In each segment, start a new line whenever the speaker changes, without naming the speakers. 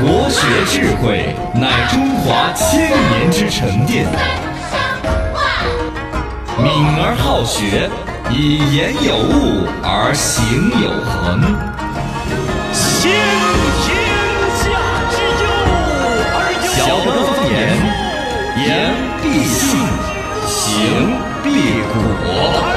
国学智慧乃中华千年之沉淀，敏而好学，以言有物而行有恒。
先天下之忧而忧
小德方言，言必信，行必果。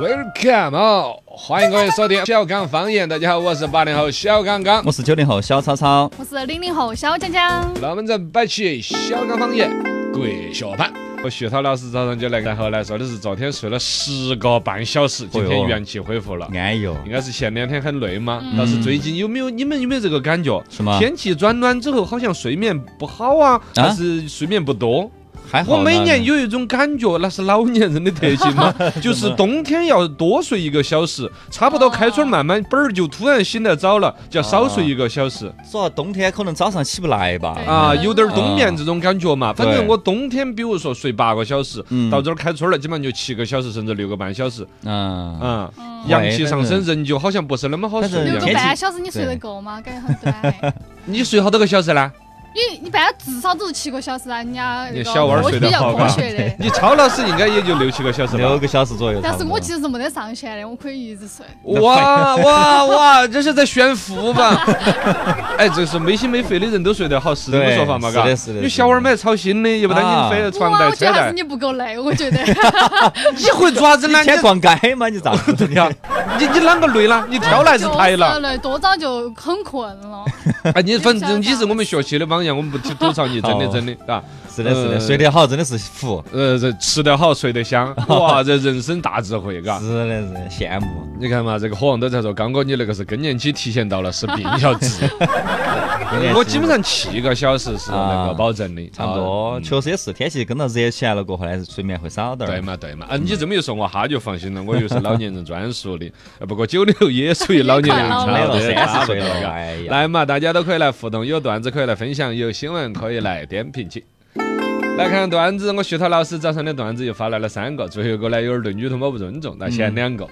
Welcome，all 欢迎各位收听小刚方言。大家好，我是八零后小刚刚。
我是九零后小超超，
我是零零后小江江，
那我们再摆起小刚方言国学版。我徐涛老师早上就来，然后来说的是昨天睡了十个半小时，今
哎
天
呦
元气恢复了。
哎嗯呦，
应该是前两天很累嘛，但是最近有没有你们有没有这个感觉？
是吗
天气转暖之后，好像睡眠不好啊，还是睡眠不多？
还好
我
呢
每年有一种感觉，那是老年人的特 性嘛，就是冬天要多睡一个小时，差不多开春慢慢本儿就突然醒得早了，就要少睡一个小时
主要冬天可能早上起不来吧。
对
啊，
嗯
有点儿冬眠这种感觉嘛。反正
对
我冬天，比如说睡八个小时
嗯，
到这儿开春了，基本上就七个小时甚至六个半小时，
嗯，
啊，阳气上升，
反
人就好像不是那么好睡
反
一
六
正
个
样。
半小时你睡得够吗？感觉很短 哎。
你睡好多个小时呢？
你啊你半至少都是七个小时啊，人家那
你
个
小娃儿
科
睡
比
得
较
好
科
嘎
学的。
你超老师应该也就六七个小时
六
吧。
个小时左右差
但
不多。
是我其实是没得上限的，我可以一直睡。
哇哇哇！这是在炫 富吧？哎，这是没心没肺的人都睡得好，是这么
对
说法嘛？
是
嘎，
的是的是的
有小娃儿买操心的，也不担心
啊
飞
哇，
床
我
贷
觉得
车
还是
贷。
你不够累，我 觉得。
你会抓子呢？
一
你
天逛街嘛， 你咋子的呀？
你你啷个累了？你挑来是抬
就是
了？
累，多早就很困了。
哎，你反正你是我们学习的榜样，我们不去吐槽你，真 的
好
真的啊。
是的，是
呃
的，睡得好真的是福。
呃，这吃得好，睡 得香，哇，这人生大智慧，嘎。
是的，是的羡慕。
你看嘛，这个火王都在说，刚哥你那个是更年期体现到了，是病 要治。我基本上七个小时是能够保证的，
啊差不多，
啊
确实也是，天气跟到热起来了过后呢，睡眠会少点儿。
对嘛对嘛，啊，你这么一说，我哈就放心了，我又是老年人专属的。 呃不过九零后也属于老年人，
你
差
哦
看
没
不
了
多
三十岁
差不多
了，
嘎
哎呀，
来嘛，大家都可以来互动，有段子可以来分享，有新闻可以来点评起。来看段子，我徐涛老师早上的段子又发来了三个，最后一个呢有点对女同胞不尊重，那前两个。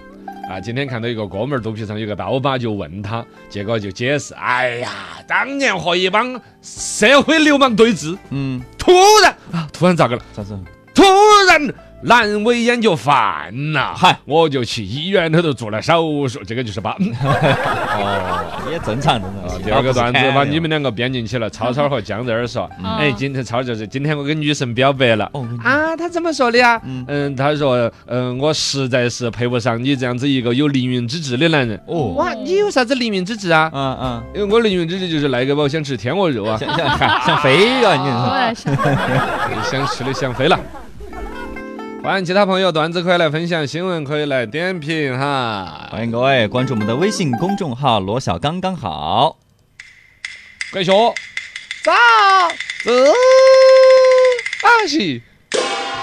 啊，今天看到一个哥们儿肚皮上有个刀疤，就问他，结果就解释：哎呀，当年和一帮社会流氓对峙，
嗯，
突然啊，突然咋个了？
咋子？
突然阑尾炎就犯了，
嗨，
我就去医院里头做了手术，这个就是 把。嗯啊
哦，也正常，正常。
第二个段子把你们
的
两个编进去了。超超和江这儿说，
嗯
哎，今天超就是今天我跟女神表白了。
哦，
啊，他怎么说的呀？
嗯
嗯，他说，嗯，我实在是配不上你这样子一个有凌云之志的男人。
哦，
哇，你有啥子凌云之志啊？
嗯嗯，
因为我凌云之志就是那个吧，我想吃天鹅肉 啊，
像像像飞呀，你
我
是
在想，
想吃的想飞了。欢迎其他朋友，段子可以来分享，新闻可以来点评哈。
欢迎各位关注我们的微信公众号“罗小刚刚好
快学，早自习。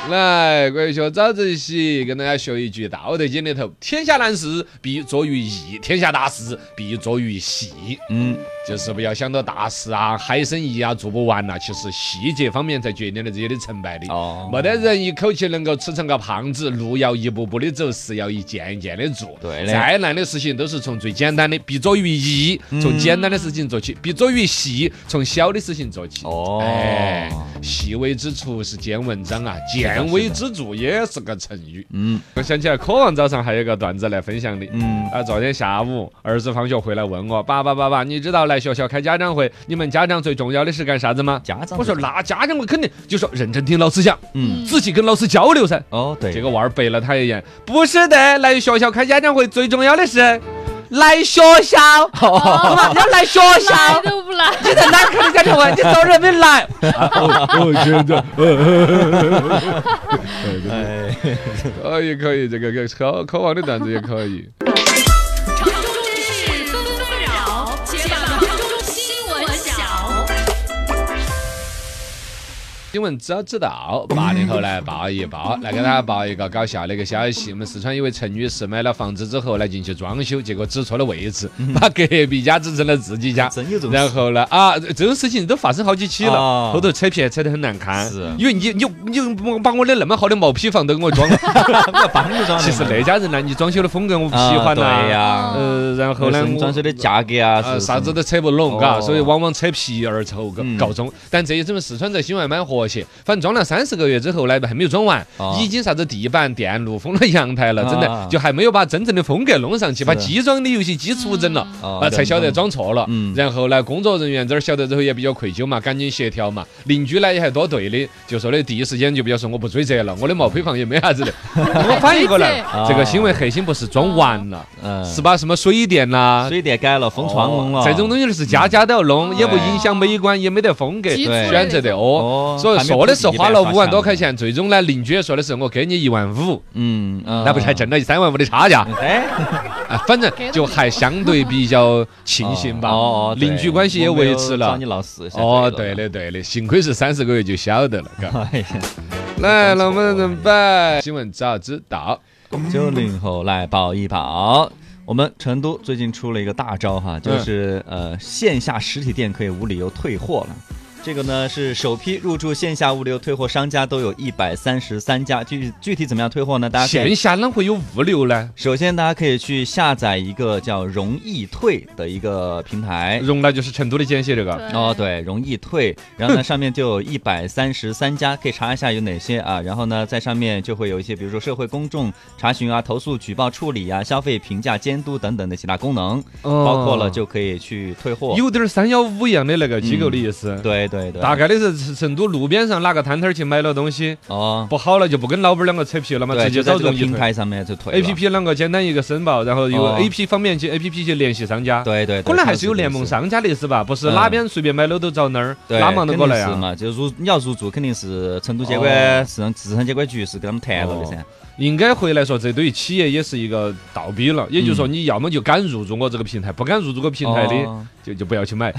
来，国学早自习，跟大家学一句《道德经》里头：“天下难事必作于易，天下大事必作于细。”
嗯，
就是不要想到大事啊、海参崴啊做不完呐、其实细节方面才决定了自己的成败的。
哦
没得人一口气能够吃成个胖子，路要一步步的走，事要一件一件的做。
对的
再难的事情都是从最简单的，必作于易，
嗯
从简单的事情做起；必作于细，从小的事情做起。
哦
哎，细微之处是见文章啊，见微知著也是个成语。
嗯
我想起来，科王早上还有个段子来分享的。
嗯，
啊，昨天下午儿子放学回来问我，爸爸爸爸，你知道来学校开家长会，你们家长最重要的是干啥子吗？
家长
我说那家长会肯定就说认真听老师讲，
嗯，
仔细跟老师交流噻。
哦对，
这个娃儿白了他一眼，不是的，来学校开家长会最重要的是来学校，好吧，要来学
来
校。
都不来。
你在哪儿开的家长会？你早点没来。
我觉得，哎，
可以呃可以，这个科科王的段子也可以。
城中之事纷纷扰，解码城中新闻小。
新闻早知道，八零后来报 一报，来给大家报一个搞笑的一个消息。我们四川一位陈女士买了房子之后呢，进去装修，结果指错了位置，把隔壁家指成了自己家。
嗯真有这种
然后呢，啊，这种事情都发生好几起了，
啊
后头扯皮扯得很难看。
是
因为你你你把我的那么好的毛坯房都给我 装了，
我帮你装的
其实那家人呢，你装修的风格我不喜
啊
欢呐。
对呀
啊，
呃，然后呢，
是你装修
我
的价格啊，
呃
是
啥子都扯不拢，嘎，
哦
所以往往扯皮而愁告
嗯
告终。但这一次我们四川这新闻蛮和谐，反正装了三四个月之后呢，还没有装完
哦，
已经啥子地板、电路封了阳台了，真的
啊
就还没有把真正的风格弄上去，把
是
基装的有些基础整了。啊，才晓得。
哦
装错了。
嗯
然后呢，工作人员这儿晓得之后也比较愧疚嘛，赶紧协调嘛。邻居呢也还多对的，就说的第一时间就不要说我不追责了，我的毛坯房也没 啥子的。我反应过来
追责，啊
这个新闻核心不是装完了，
嗯，
是把什么水电啦、
水电改了，封窗弄了，
这种东西是家家都要弄，也不影响美观，也没得风格，
基
嗯
础
对
的
选择的
那种
哦。
哦，
所以
还没
说的是
普及
花了
呗
五万多块，钱，最终呢，邻居也说的是我给你一万五，
嗯，
那不是还挣了三万五的差价？
哎，
啊，反正就还相对比较庆幸吧。
哦，哦
邻居关系也维持
我没有找
了
你。闹事。
哦，对，的对的，幸亏是三十个月就晓得了， 嘎。
哎呀。
来，那我们怎么办？新闻早知道，
九零后来报一报，我们成都最近出了一个大招
嗯
哈，就是、呃线下实体店可以无理由退货了。这个呢是首批入驻线下物流退货商家都有一百三十三家，具具体怎么样退货呢？大家可以
线下哪会有物流呢？
首先大家可以去下载一个叫容易退的一个平台。
容纳就是成都的简写这个。
嗯
哦，对，容易退，然后呢，上面就有一百三十三家，可以查一下有哪些啊。然后呢，在上面就会有一些，比如说社会公众查询啊、投诉、举报处理啊、消费评价监督等等的其他功能，
哦
包括了就可以去退货。
有点三幺五一样的那个机
嗯
构的意思。
对对对，
大概的是成都路边上哪个摊摊儿去买了东西，
哦，
不好了就不跟老板两个扯皮了嘛，
对，
直接
就在
找
这个
容易
平
退。
台上面就退
A
了
P P 啷个简单一个申报，然后由
哦
A P 方面去 A P P 去联系商家。
对对，对
可能还是有联盟。商家的意思吧，不是哪边随便买了都找那儿，
对，
哪忙都
肯
过
定
来
是
啊。
嘛，就入你要入驻，肯定是成都监
哦
管市场市场监管局是跟他们谈了的噻。
应该回来说，这对于企业也是一个倒逼了。也就是说，你要么就敢入驻我这个平台，不敢入驻我平台的，
嗯哦
就就不要去买。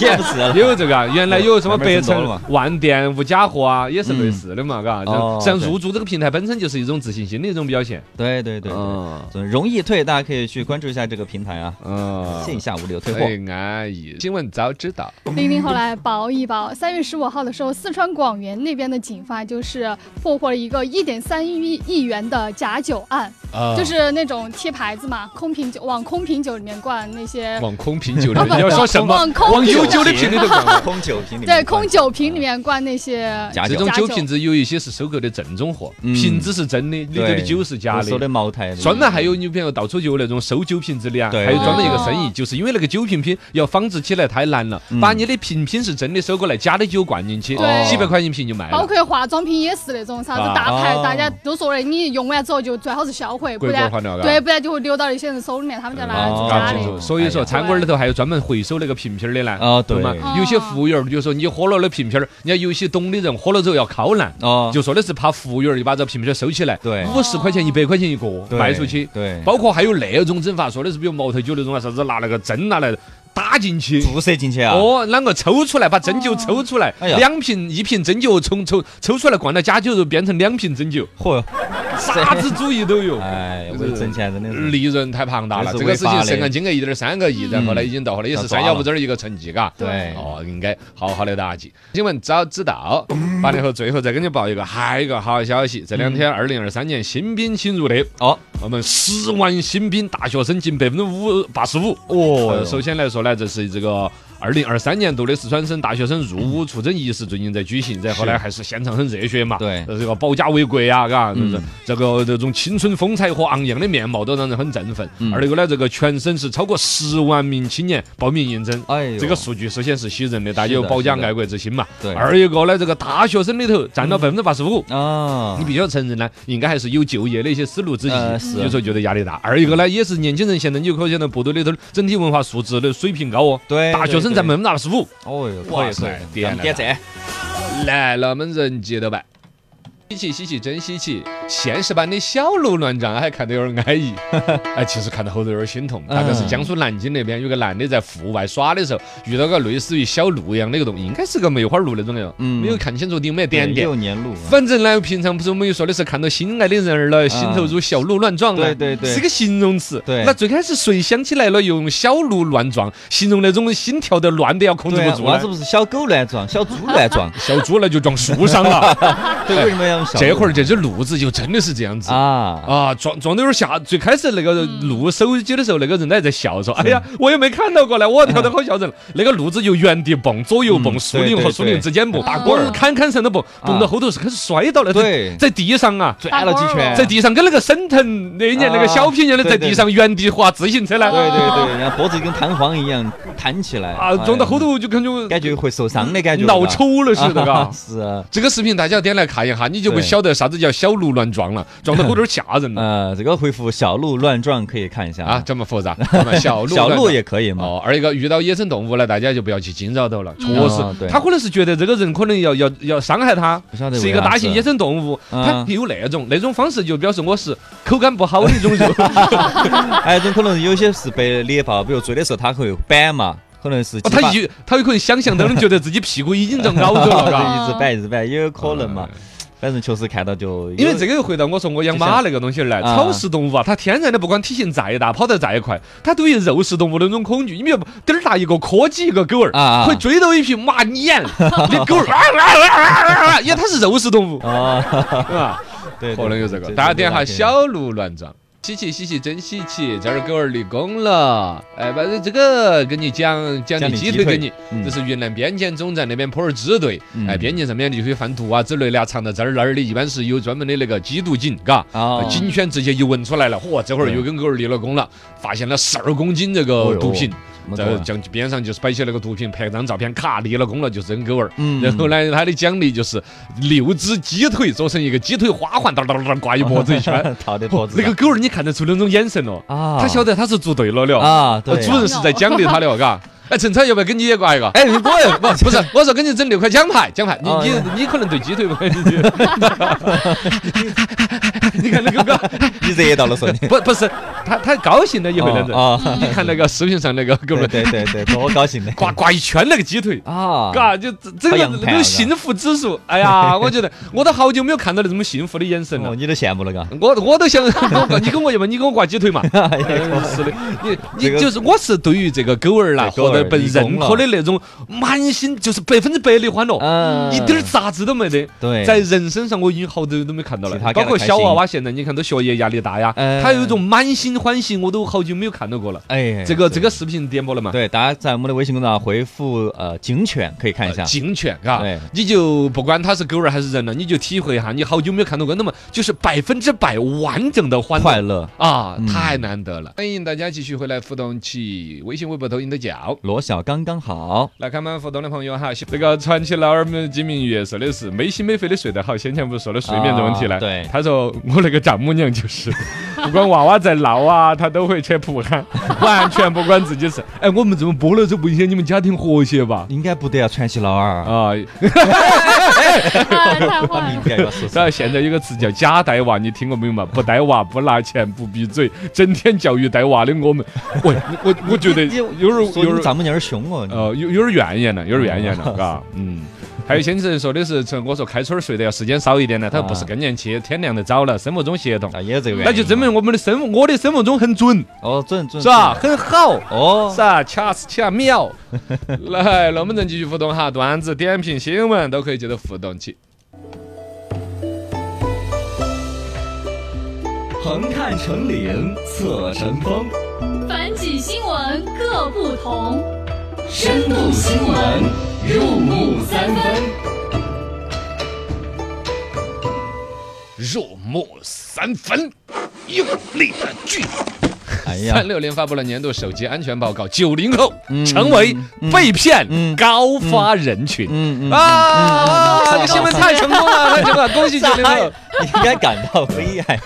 也不是了
也 有这个啊，原来有什么
慢慢
百
增多了
城
嘛、
万店无假货啊，也是类似的嘛，嘎。
哦
实际上
对
入驻这个平台本身就是一种自信心的一种表现。
对对对对。
嗯
总之容易退，大家可以去关注一下这个平台啊，
嗯
线下无理由退货。
哎，安逸。新闻早知道，
零零后来报一报，三月十五号的时候，四川广元那边的警方就是破获了一个一点三亿亿元的假酒案，
啊
就是那种贴牌子嘛，空瓶酒往空瓶酒里面灌那些，
往空瓶酒里面，
啊
你要说什么？
往空
往
酒
悠久 的瓶里头灌。
空酒瓶里面
对，空酒瓶里面灌那些
假
这
酒
种
假
酒
酒
瓶子有一些是收购的正宗货，
嗯
瓶子是真的，里头的
对
酒是假
我说的
的。
茅台，
专门还有你比如到处就有那种收酒瓶子的啊，
对
还有专门一个
哦
生意，就是因为那个酒瓶瓶要仿制起来太难了，
嗯
把你的瓶瓶是真的收过来，假的酒灌进去，
对
几百块一瓶就卖
包
了。
括化妆品也是那种啥子大牌
啊，
大家都说的，哎你用完之后就最好是销毁，不
贵
然
换掉，
对，不然就会流到一些人手里面，他们就拿来
哦
做
搞
假
清 楚。
的。
所以说，
哎呀
餐馆里头还有专门回收那个瓶瓶儿的呢。
哦对
懂吗？有些服务员儿就说，你喝了那瓶瓶儿，人家有些懂的人喝了之后要敲烂，
哦，
就说的是怕服务员儿就把这瓶瓶儿收起来，
对
五十块钱、一百块钱一个
对
卖出去，
对，
包括还有那种整法，说的是比如茅台酒那种啊，啥子拿那个针拿来打进去。
注射进去啊，
哦，啷个抽出来？把针灸抽出来，
哎呀
两瓶一瓶针灸冲抽抽出来，灌到假酒就变成两瓶针灸，
嚯，
啥子主意都有。
哎，
就是
为挣钱真的是，
利润太庞大了，
这
这
是
个
违
事
法
情
的
涉案金额一点三个亿，然后呢已经到后来也是
要抓
三
了
幺五这儿一个成绩，嘎。
对
哦，应该好好的打击。新闻早知道，八零后最后再给你报一个，还有一个好消息，这两
嗯
天二零二三年新兵侵入的，
哦
我们十万新兵大学生近百分之五八十五。
哦
呃，首先来说呢，这是这个。二零二三年度的四川省大学生入伍出征仪式最近在举行，然后呢，
是
还是现场很热血嘛，
对
呃这个保家卫国呀，嘎，就是
嗯
这个这种青春风采和昂扬的面貌都让人很振奋。
嗯
而一个呢，这个全省是超过十万名青年报名应征。
哎呦，
这个数据首先是喜人的，大家
是
有
的
保家
是的
爱国之心嘛。
对
二一个呢，这个大学生里头占了百分之八十五，
啊
你，必须要承认呢，应该还是有就业的一些思路之一，
呃是
有时候觉得压力大。二一个呢，也是年轻人现在你有可见到部队里头整体文化素质的水平高哦。
哎对，
大学生占
咱
百
们，
分之二十五，
哦哟，
哇
可以
塞
可以，
点
咱们点赞。
来了，我们人接着办。稀奇稀奇真稀奇，现实版的小鹿乱撞还看得有点 安逸，哎，其实看到后头有点心痛。大概是
嗯
江苏南京那边有个男的在户外耍的时候，遇到个类似于小鹿一样的一个东西，应该是个梅花鹿那种的，
嗯
没有看清楚顶没点点
六。年路啊，
反正呢，平常不是我们又说的是看到心爱的人儿了，心头如小鹿乱撞了，
对对对
是个形容词。
对
那最开始谁想起来了用小鹿乱撞形容那种心跳得乱的要控制
对
不
啊，
住
娃子
了？，
不是小狗乱撞，小猪乱撞
小猪呢就撞树 上了，
对，为什么要用小
这会
儿
儿这只鹿子就真的是这样子。
啊？
啊，撞撞的有点吓。最开始那个录手机的时候，那个人还在笑说：“
嗯
哎呀，我也没看到过来，我跳得好吓人。”那个路子由原地蹦，左右蹦，
嗯
树林
对嗯
和
对
树林
对
之间蹦，
打滚儿
蹦坎坎上的蹦，蹦到后头是开始摔倒了，在
对
在地上啊。
拽了几圈，
在地上跟那个沈腾那一年那个
啊
小品一样的，
对
在
对
地上原地滑自行车呢，
对对对，然后脖子跟弹簧一样弹起来
啊，撞到后，头就感
哎
觉
感觉会受伤的感觉，
脑抽 了似的，嘎
啊。是啊，
这个视频大家点来看一下，你就不
对
晓得啥子叫小鹿乱 撞了，撞到后头吓人了
呃，这个回复小鹿乱撞可以看一下
啊，，这么复杂，那么小鹿
小
乱
鹿
撞
也可以嘛，
哦，二一个遇到野生动物了，大家就不要去惊扰到了。确
哦
实，
对
他可能是觉得这个人可能要要要伤害他
不晓，得
是一
为
个
啥
大
子
型野生动物，
嗯
他有那种那种方式就表示我是口感不好的一种肉。
哎，这可能有些是被猎豹，比如追的时候它会板嘛，可能是鸡
哦
巴
他一他有可能想象当中觉得自己屁股已经遭咬着了，嘎。
啊一直摆一直摆，也有可能嘛，反正确实看到就
哎因为这
个
个又回到我说我养
就
马
像
那个东西而来，
啊
草食动物啊，它天然的不管体型再大，跑得再快，它对于肉食动物的那种恐惧，你比如点儿大一个柯基一个狗儿
啊啊，
会追到一匹马撵，那狗儿啊啊啊啊啊啊，因为它是肉食动物
啊，
啊。
对，
可能有这个。大家点哈，小鹿乱撞。稀奇稀奇，真稀奇！这儿狗儿立功了，哎，反正这个跟你讲，讲
讲
你
你
鸡
鸡
腿给
腿
你，
嗯
这是云南边检总站那边普洱支队，
嗯
哎，边境上面就会贩毒啊之类的啊，藏到这儿那儿的，一般是有专门的那个缉毒警，嘎，
啊，
警犬直接一闻出来了，嚯，这会儿
对
又跟狗儿立了功了，发现了十二公斤这
哦
个
哟
毒品，
没
在
错
将边上就是摆起那个毒品，拍张照片，咔立了功了，就是扔狗儿。
嗯
然后呢，他的奖励就是六只鸡腿做成一个鸡腿花环，哒哒哒哒挂一脖子一圈。 哦
套的啊脖子
那
上
个狗儿，你看得出那种眼神哦，
啊，
他晓得他是做对 了了，
啊，对
呃
啊，
主人是在奖励他的，嘎。哎，陈超要不要跟你也挂一个？
哎，我也不
不是，我说给你整六块奖牌，奖牌，你
哦
你你可能对鸡腿不感兴趣。 你看那个狗，
你惹到了说你，
不不是，他他高兴了也会那
哦
种。
哦
你看那个视频上那个狗
对
儿，
对对对，多高 兴的
挂挂一圈那个鸡腿，
啊，
嘎，就这这
好
个
洋派
那
啊
种幸福指数，哎呀，我觉得我都好久没有看到那么幸福的眼神
哦，
了。
你都羡慕了嘎，
我我都想， 我你跟我要么你给我挂鸡腿嘛？
哎
嗯是的，你
这
你
个
就是我是对于这个狗儿啦，
对狗
获
儿
得被认
立功
可
了
的那种满心就是百分之百的欢乐，
嗯，
哦一点儿杂质都没得。
对，
在人身上，我已经好多都没看到了
其他，
包
感
括
到开心
小娃娃现在，你看都学业压力大呀，
哎
他有一种满心欢喜，我都好久没有看到过了。
哎
这个
对
这个视频点播了嘛？
对，大家在我们的微信公众号回复呃警犬可以看一下
呃，警犬，嘎
对，
你就不管它是狗儿还是人了，你就体会一下，你好久没有看到过那么就是百分之百完整的欢乐
快乐
啊
嗯，
太难得了！欢迎大家继续回来互动起微信、微博、抖音的叫。
罗小刚刚好，
来看我们互动的朋友哈，这个传奇老二们金明月说的是没心没肺的睡得好，先前不是说了睡眠的问题呢？
啊对
他说我那个丈母娘 就是，不管娃娃在闹啊，她都会去扑 喊，完全不管自己事。哎，我们这么播了这不影响你们家庭和谐吧？
应该不得要传奇老二，
啊，
哎太
把
坏
名
了。
字要说
然后现在有个词叫“假带娃”，你听 过没有嘛？不带娃，不拿钱，不闭嘴，整天教育带娃的 我们，喂，我我觉得
你
有点儿
说 你哦
有点儿
丈母娘儿凶哦，你
呃有有点儿怨言了，有点儿怨言了， 嘎，嗯。还有先生说的是，从我说开春儿睡得要时间少一点呢，他说不是更年期，天亮得早了，生物钟协同，
啊也这个原因嘛，
那就证明我们的生物，我的生物钟很准，
哦准准
是吧？？很好。
准哦
是，啊，掐死掐秒！来，龙门阵继续互动哈，段子、点评、新闻都可以接着互动起。
横看成岭侧成峰，
反几新闻各不同，
深度新闻入木三分。
入木三分，用力的锯。
哎 呀
三，六零发布了年度手机安全报告，九零后
嗯
成为被骗
嗯
高发人群。
嗯嗯嗯
啊！
嗯
这个新闻太成功 了，啊，真的恭喜九零后，
你 应该感到悲哀。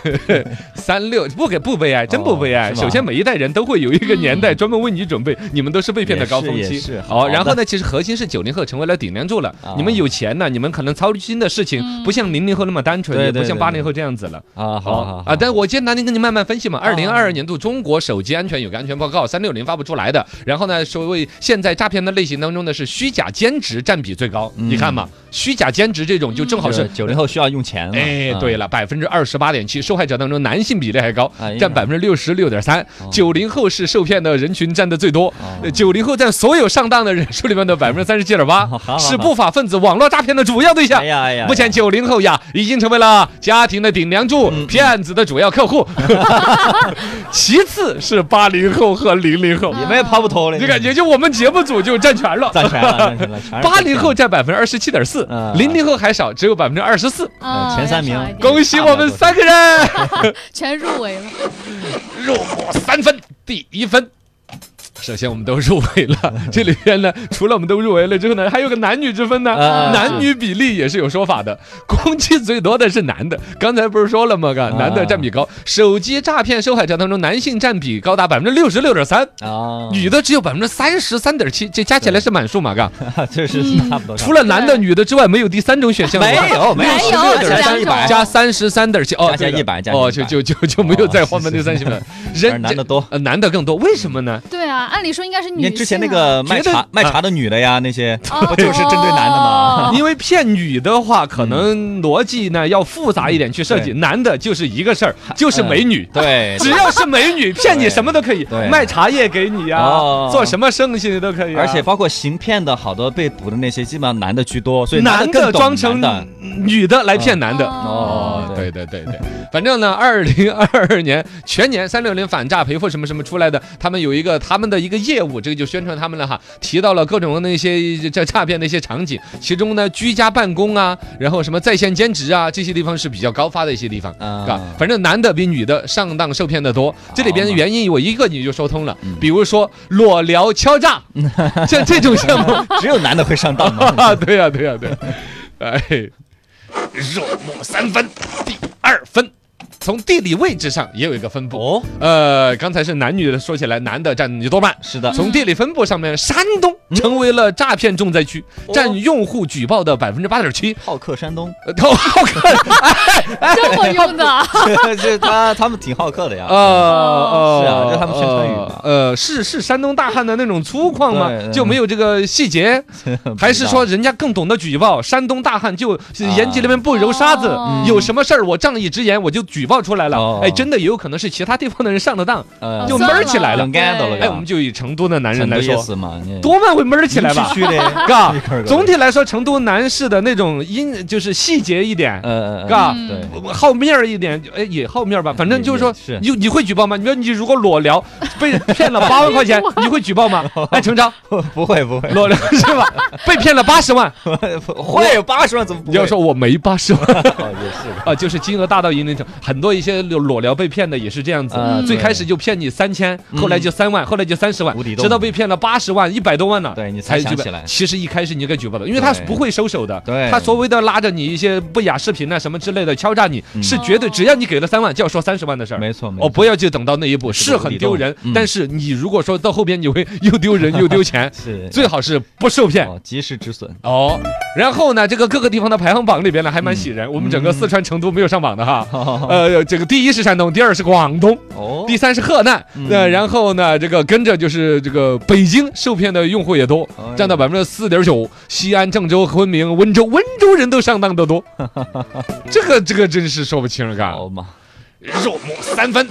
三六不给不悲哀，真不悲哀。
哦是吗嗯
首先，每一代人都会有一个年代专门为你准备，你们都是被骗的高峰
也是
期。
也是好
哦，
的
然后呢，其实核心是九零后成为了顶梁柱了
啊。
你们有钱了，你们可能操心的事情不像零零后那么单纯，
对
也不
对
像
对
八零后这样子了。
啊，好好好
啊，但我今天拿您跟你慢慢分析嘛。二零二二年度中国手机安全有个安全报告，三六零发布出来的。然后呢，所谓现在诈骗的类型当中呢，是虚假兼职占比最高。
嗯
你看嘛，虚假兼职这种就正好是
九零后需要用钱了。啊
哎，对
了，
了，百分之二十八点七，受害者当中男性比例还高
嗯哎呀，
占百分之六十六点三
哦。
九零后是受骗的人群占的最多，九零后占所有上当的人数里面的百分之三十七点八
哦好好，
是不法分子网络诈骗的主要对象
哎。呀哎呀，嗯
目前九零后呀，已经成为了家庭的顶梁柱，骗子的主要 客户。其次是八零后和零零后，
你们也跑不脱了，
啊就感觉就我们节目组就占全了。
嗯占全了，占全了，全是
八零后占百分之二十七点四
嗯，
零零后还少，只有百分之二十四。
啊，
前三名
要少一点
恭喜我们三个人
全入围了，
入我三分，第一分。首先，我们都入围了。这里边呢，除了我们都入围了之后呢，还有个男女之分呢。
啊
男女比例也是有说法的，攻击最多的是男的。刚才不是说了吗？
啊
个男的占比高。手机诈骗受害者当中，男性占比高达百分之六十六点三，
啊，
女的只有百分之三十三点七，这加起来是满数嘛？
啊
嘎，
这是差不多。
除了男的、女的之外，没有第三种选嗯项了
没
吧。
有没有
没有
16点
啊
这
三
两
一
种
百，
加三十三点七哦，
加起来
对的
100加哦100
哦，就就就就没有再划分第三 性了。
反正
人
男的多
呃男的更多，为什么呢？
对啊，按理说应该是
你
女
看
性啊。
之前那 个卖
觉
茶
得嗯
卖茶的女的呀，那些
哦
不就是针对男的吗？
因为骗女的话，可能逻辑呢要复杂一点去设计，
对嗯
男的就是一个事儿，就是美女。
对，
只要是美女，骗你什么都可以
对，
卖茶叶给你呀
哦，
做什么生意都可以啊。
而且包括行骗的好多被捕的那些，基本上男的居多，所以
男
的更
的
懂
装成
男的嗯
女的来骗男的。
哦
哦
啊对对对 对，反正呢，二零二二年全年三六零反诈赔付什么什么出来的，他们有一个他们的一个业务，这个就宣传他们了哈，提到了各种那些这诈骗的一些场景，其中呢，居家办公啊，然后什么在线兼职啊，这些地方是比较高发的一些地方。
啊
啊，反正男的比女的上当受骗的多，这里边的原因我一个你就说通了，比如说裸聊敲诈，像这种项目，
只有男的会上当吗？
啊， 对呀、对呀、对、哎，肉目三分，第二分。从地理位置上也有一个分布
哦，
呃，刚才是男女的，说起来男的占多半。
是 的，
从地理分布上面，山东
嗯
成为了诈骗重灾区，
哦
占用户举报的百分之八 点七。
好客山东，
呃好好看，
这么 用的啊，
这他他们挺好客的呀。
呃呃，
是啊就他们宣传语
呃呃，是是山东大汉的那种粗犷
对嗯
吗？
对
就没有这个细节，
不知道
呃还是说人家更懂得举报？山东大汉就延吉那边不揉沙子
哦，
有什么事儿我仗义直言我就举报出来
啊哦
了。哎，真的也有可能是其他地方的人上的当，
呃
就
算
闷儿起来了
冷干到了
对
哎，我们就以成都的男人来
啊成都也
说，
是嘛，你
多半会闷儿起来吧
区。区 的，
嘎
一根儿，
总体来说，成都男士的那种阴就是细节一点，
呃，
嘎
嗯对，
好面儿一点，哎，也好面儿吧。反正就是说
也是，
你你会举报吗？你说你如果裸聊 被骗了八万块钱，你会举报吗？哎，程超，
不会不会，
裸聊是 吧？被骗了八十万，
会有八十万怎么不
你
会？
要说我没八十万。
哦也是
啊，就是金额大到一定程度，很多一些裸聊被骗的也是这样子
啊，
最
对嗯
开始就骗你三千，后来就三万，后来就三十万
无底，洞
直到被骗了八十万、一百多万呢，
对你才
举
想
报
起来
其实一开始你就该举报的，因为他
对
不会收手的，
对
他所谓的拉着你一些不雅视频啊什么之类的敲诈你，是绝对
哦
只要你给了三万就要说三十万的事儿，
嗯没错没
哦，
错，
不要去等到那一步，
是
是
个无
很
底
丢
洞
人
嗯，，
但是你如果说到后边你会 又丢人又丢钱
是
最好是不受骗。
哦及时止 损，
哦，然后呢，这个各个地方的排行榜里边呢，还蛮喜人。我们整个四川成都没有上榜的哈，呃，这个第一是山东，第二是广东，
哦
第三是河南，那、然后呢，这个跟着就是这个北京受骗的用户也多
哎呦，
占到百分之四点九，西安、郑州、昆明、温州，温州人都上当得多，这个这个真是说不清了，嘎。
好嘛，
肉末三分，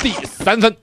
第三分。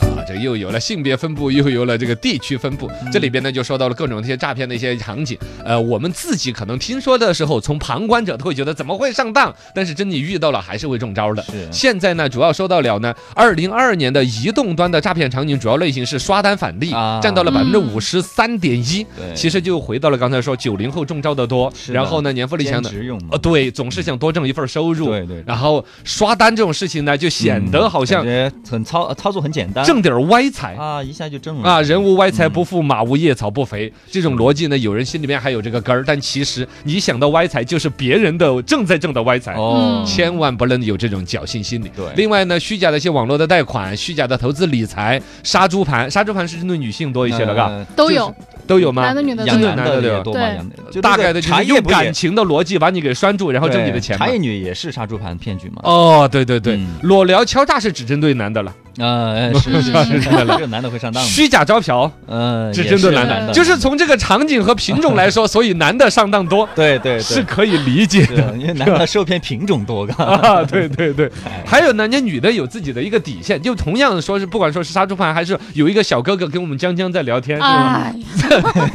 啊，这又有了性别分布，又有了这个地区分布，
嗯
这里边呢就说到了各种这些诈骗的一些场景。呃，我们自己可能听说的时候，从旁观者都会觉得怎么会上当，但是真你遇到了还是会中招的。
是
现在呢，主要说到了呢，二零二二年的移动端的诈骗场景主要类型是刷单返利，
啊
占到了百分之
嗯
五十三点一。
对
其实就回到了刚才说九零后中招的多，
是的
然后呢年富力强
兼
的。
职用嘛
哦，，对，总是想多挣一份收入，
对对对
然后刷单这种事情呢，就显得好像
嗯感觉很操操作很简单，
挣点点儿歪财。
啊，嗯一下就中了
啊，人无歪财不富，马无夜草不肥。这种逻辑呢，有人心里面还有这个根儿，但其实你想到歪财，就是别人的正在挣的歪财。
哦，
千万不能有这种侥幸心理。
对
另外呢，虚假的一些网络的贷款、虚假的投资理财、杀猪盘，杀猪盘是针对女性多一些了，嘎，
呃
都有，
都有吗
男？的女的都
养
真
有
的。
男
男的对吧
也多嘛，
对
养的就这
大
个
概的就
茶
是
叶
用
不也
感情的逻辑把你给拴住，然后挣你的
对
钱嘛
茶。叶女也是杀猪盘骗局嘛？
哦，对对对
嗯，
裸聊敲诈是只针对男 的了，
呃， 是是
嗯
是，是这个男的会上当的。
虚假招嫖
呃，
只
也
针对
是
男
的
的，
就是从这个场景和品种 来说，所以男的上当多
对对对，
是可以理解
是啊
的。
因为男的受骗品种多个。
啊，对对对
哎，
还有呢，人家女的有自己的一个底线，就同样说是不管说是杀猪盘，还是有一个小哥哥跟我们江江在聊天，
哎，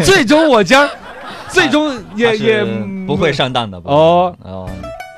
最终我将， 最终也
他啊是
也嗯
不会。上当的吧
哦
哦，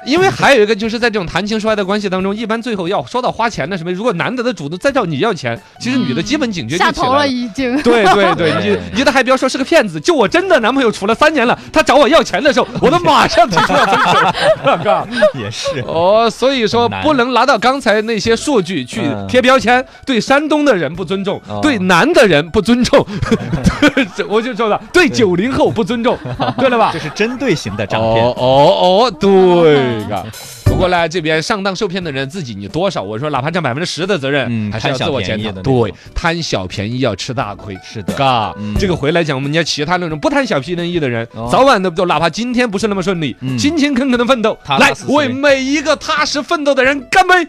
因为还有一个就是在这种谈情说爱的关系当中，一般最后要说到花钱的什么，如果男的的主动再叫你要钱，其实女的基本警觉就
下
起来
头了已经。
对对对，
对
你你的还不要说是个骗子，就我真的男朋友处了三年了，他找我要钱的时候，我都马上提出要 分手，哥。
也是。
哦，所以说
很难
不能拿到刚才那些数据去
嗯
贴标签，对山东的人不尊重，
哦
对男的人不尊重， 这我就说了，对九零后不 尊重，对了吧
这？是针对型的诈
哦
骗，
哦哦， 对个。不过呢，这边上当受骗的人自己你多少，我说哪怕占百分之十的责任，
嗯
还是要
贪小
自我
便
检
宜
讨。
的那
对
种，
贪小便宜要吃大亏。
是的，
嘎
嗯，
这个回来讲，我们家其他那种不贪小便宜的人
哦，
早晚都不哪怕今天不是那么顺利
嗯，
勤勤恳恳的奋斗
踏，踏
来
实实
为每一个踏实奋斗的人干杯！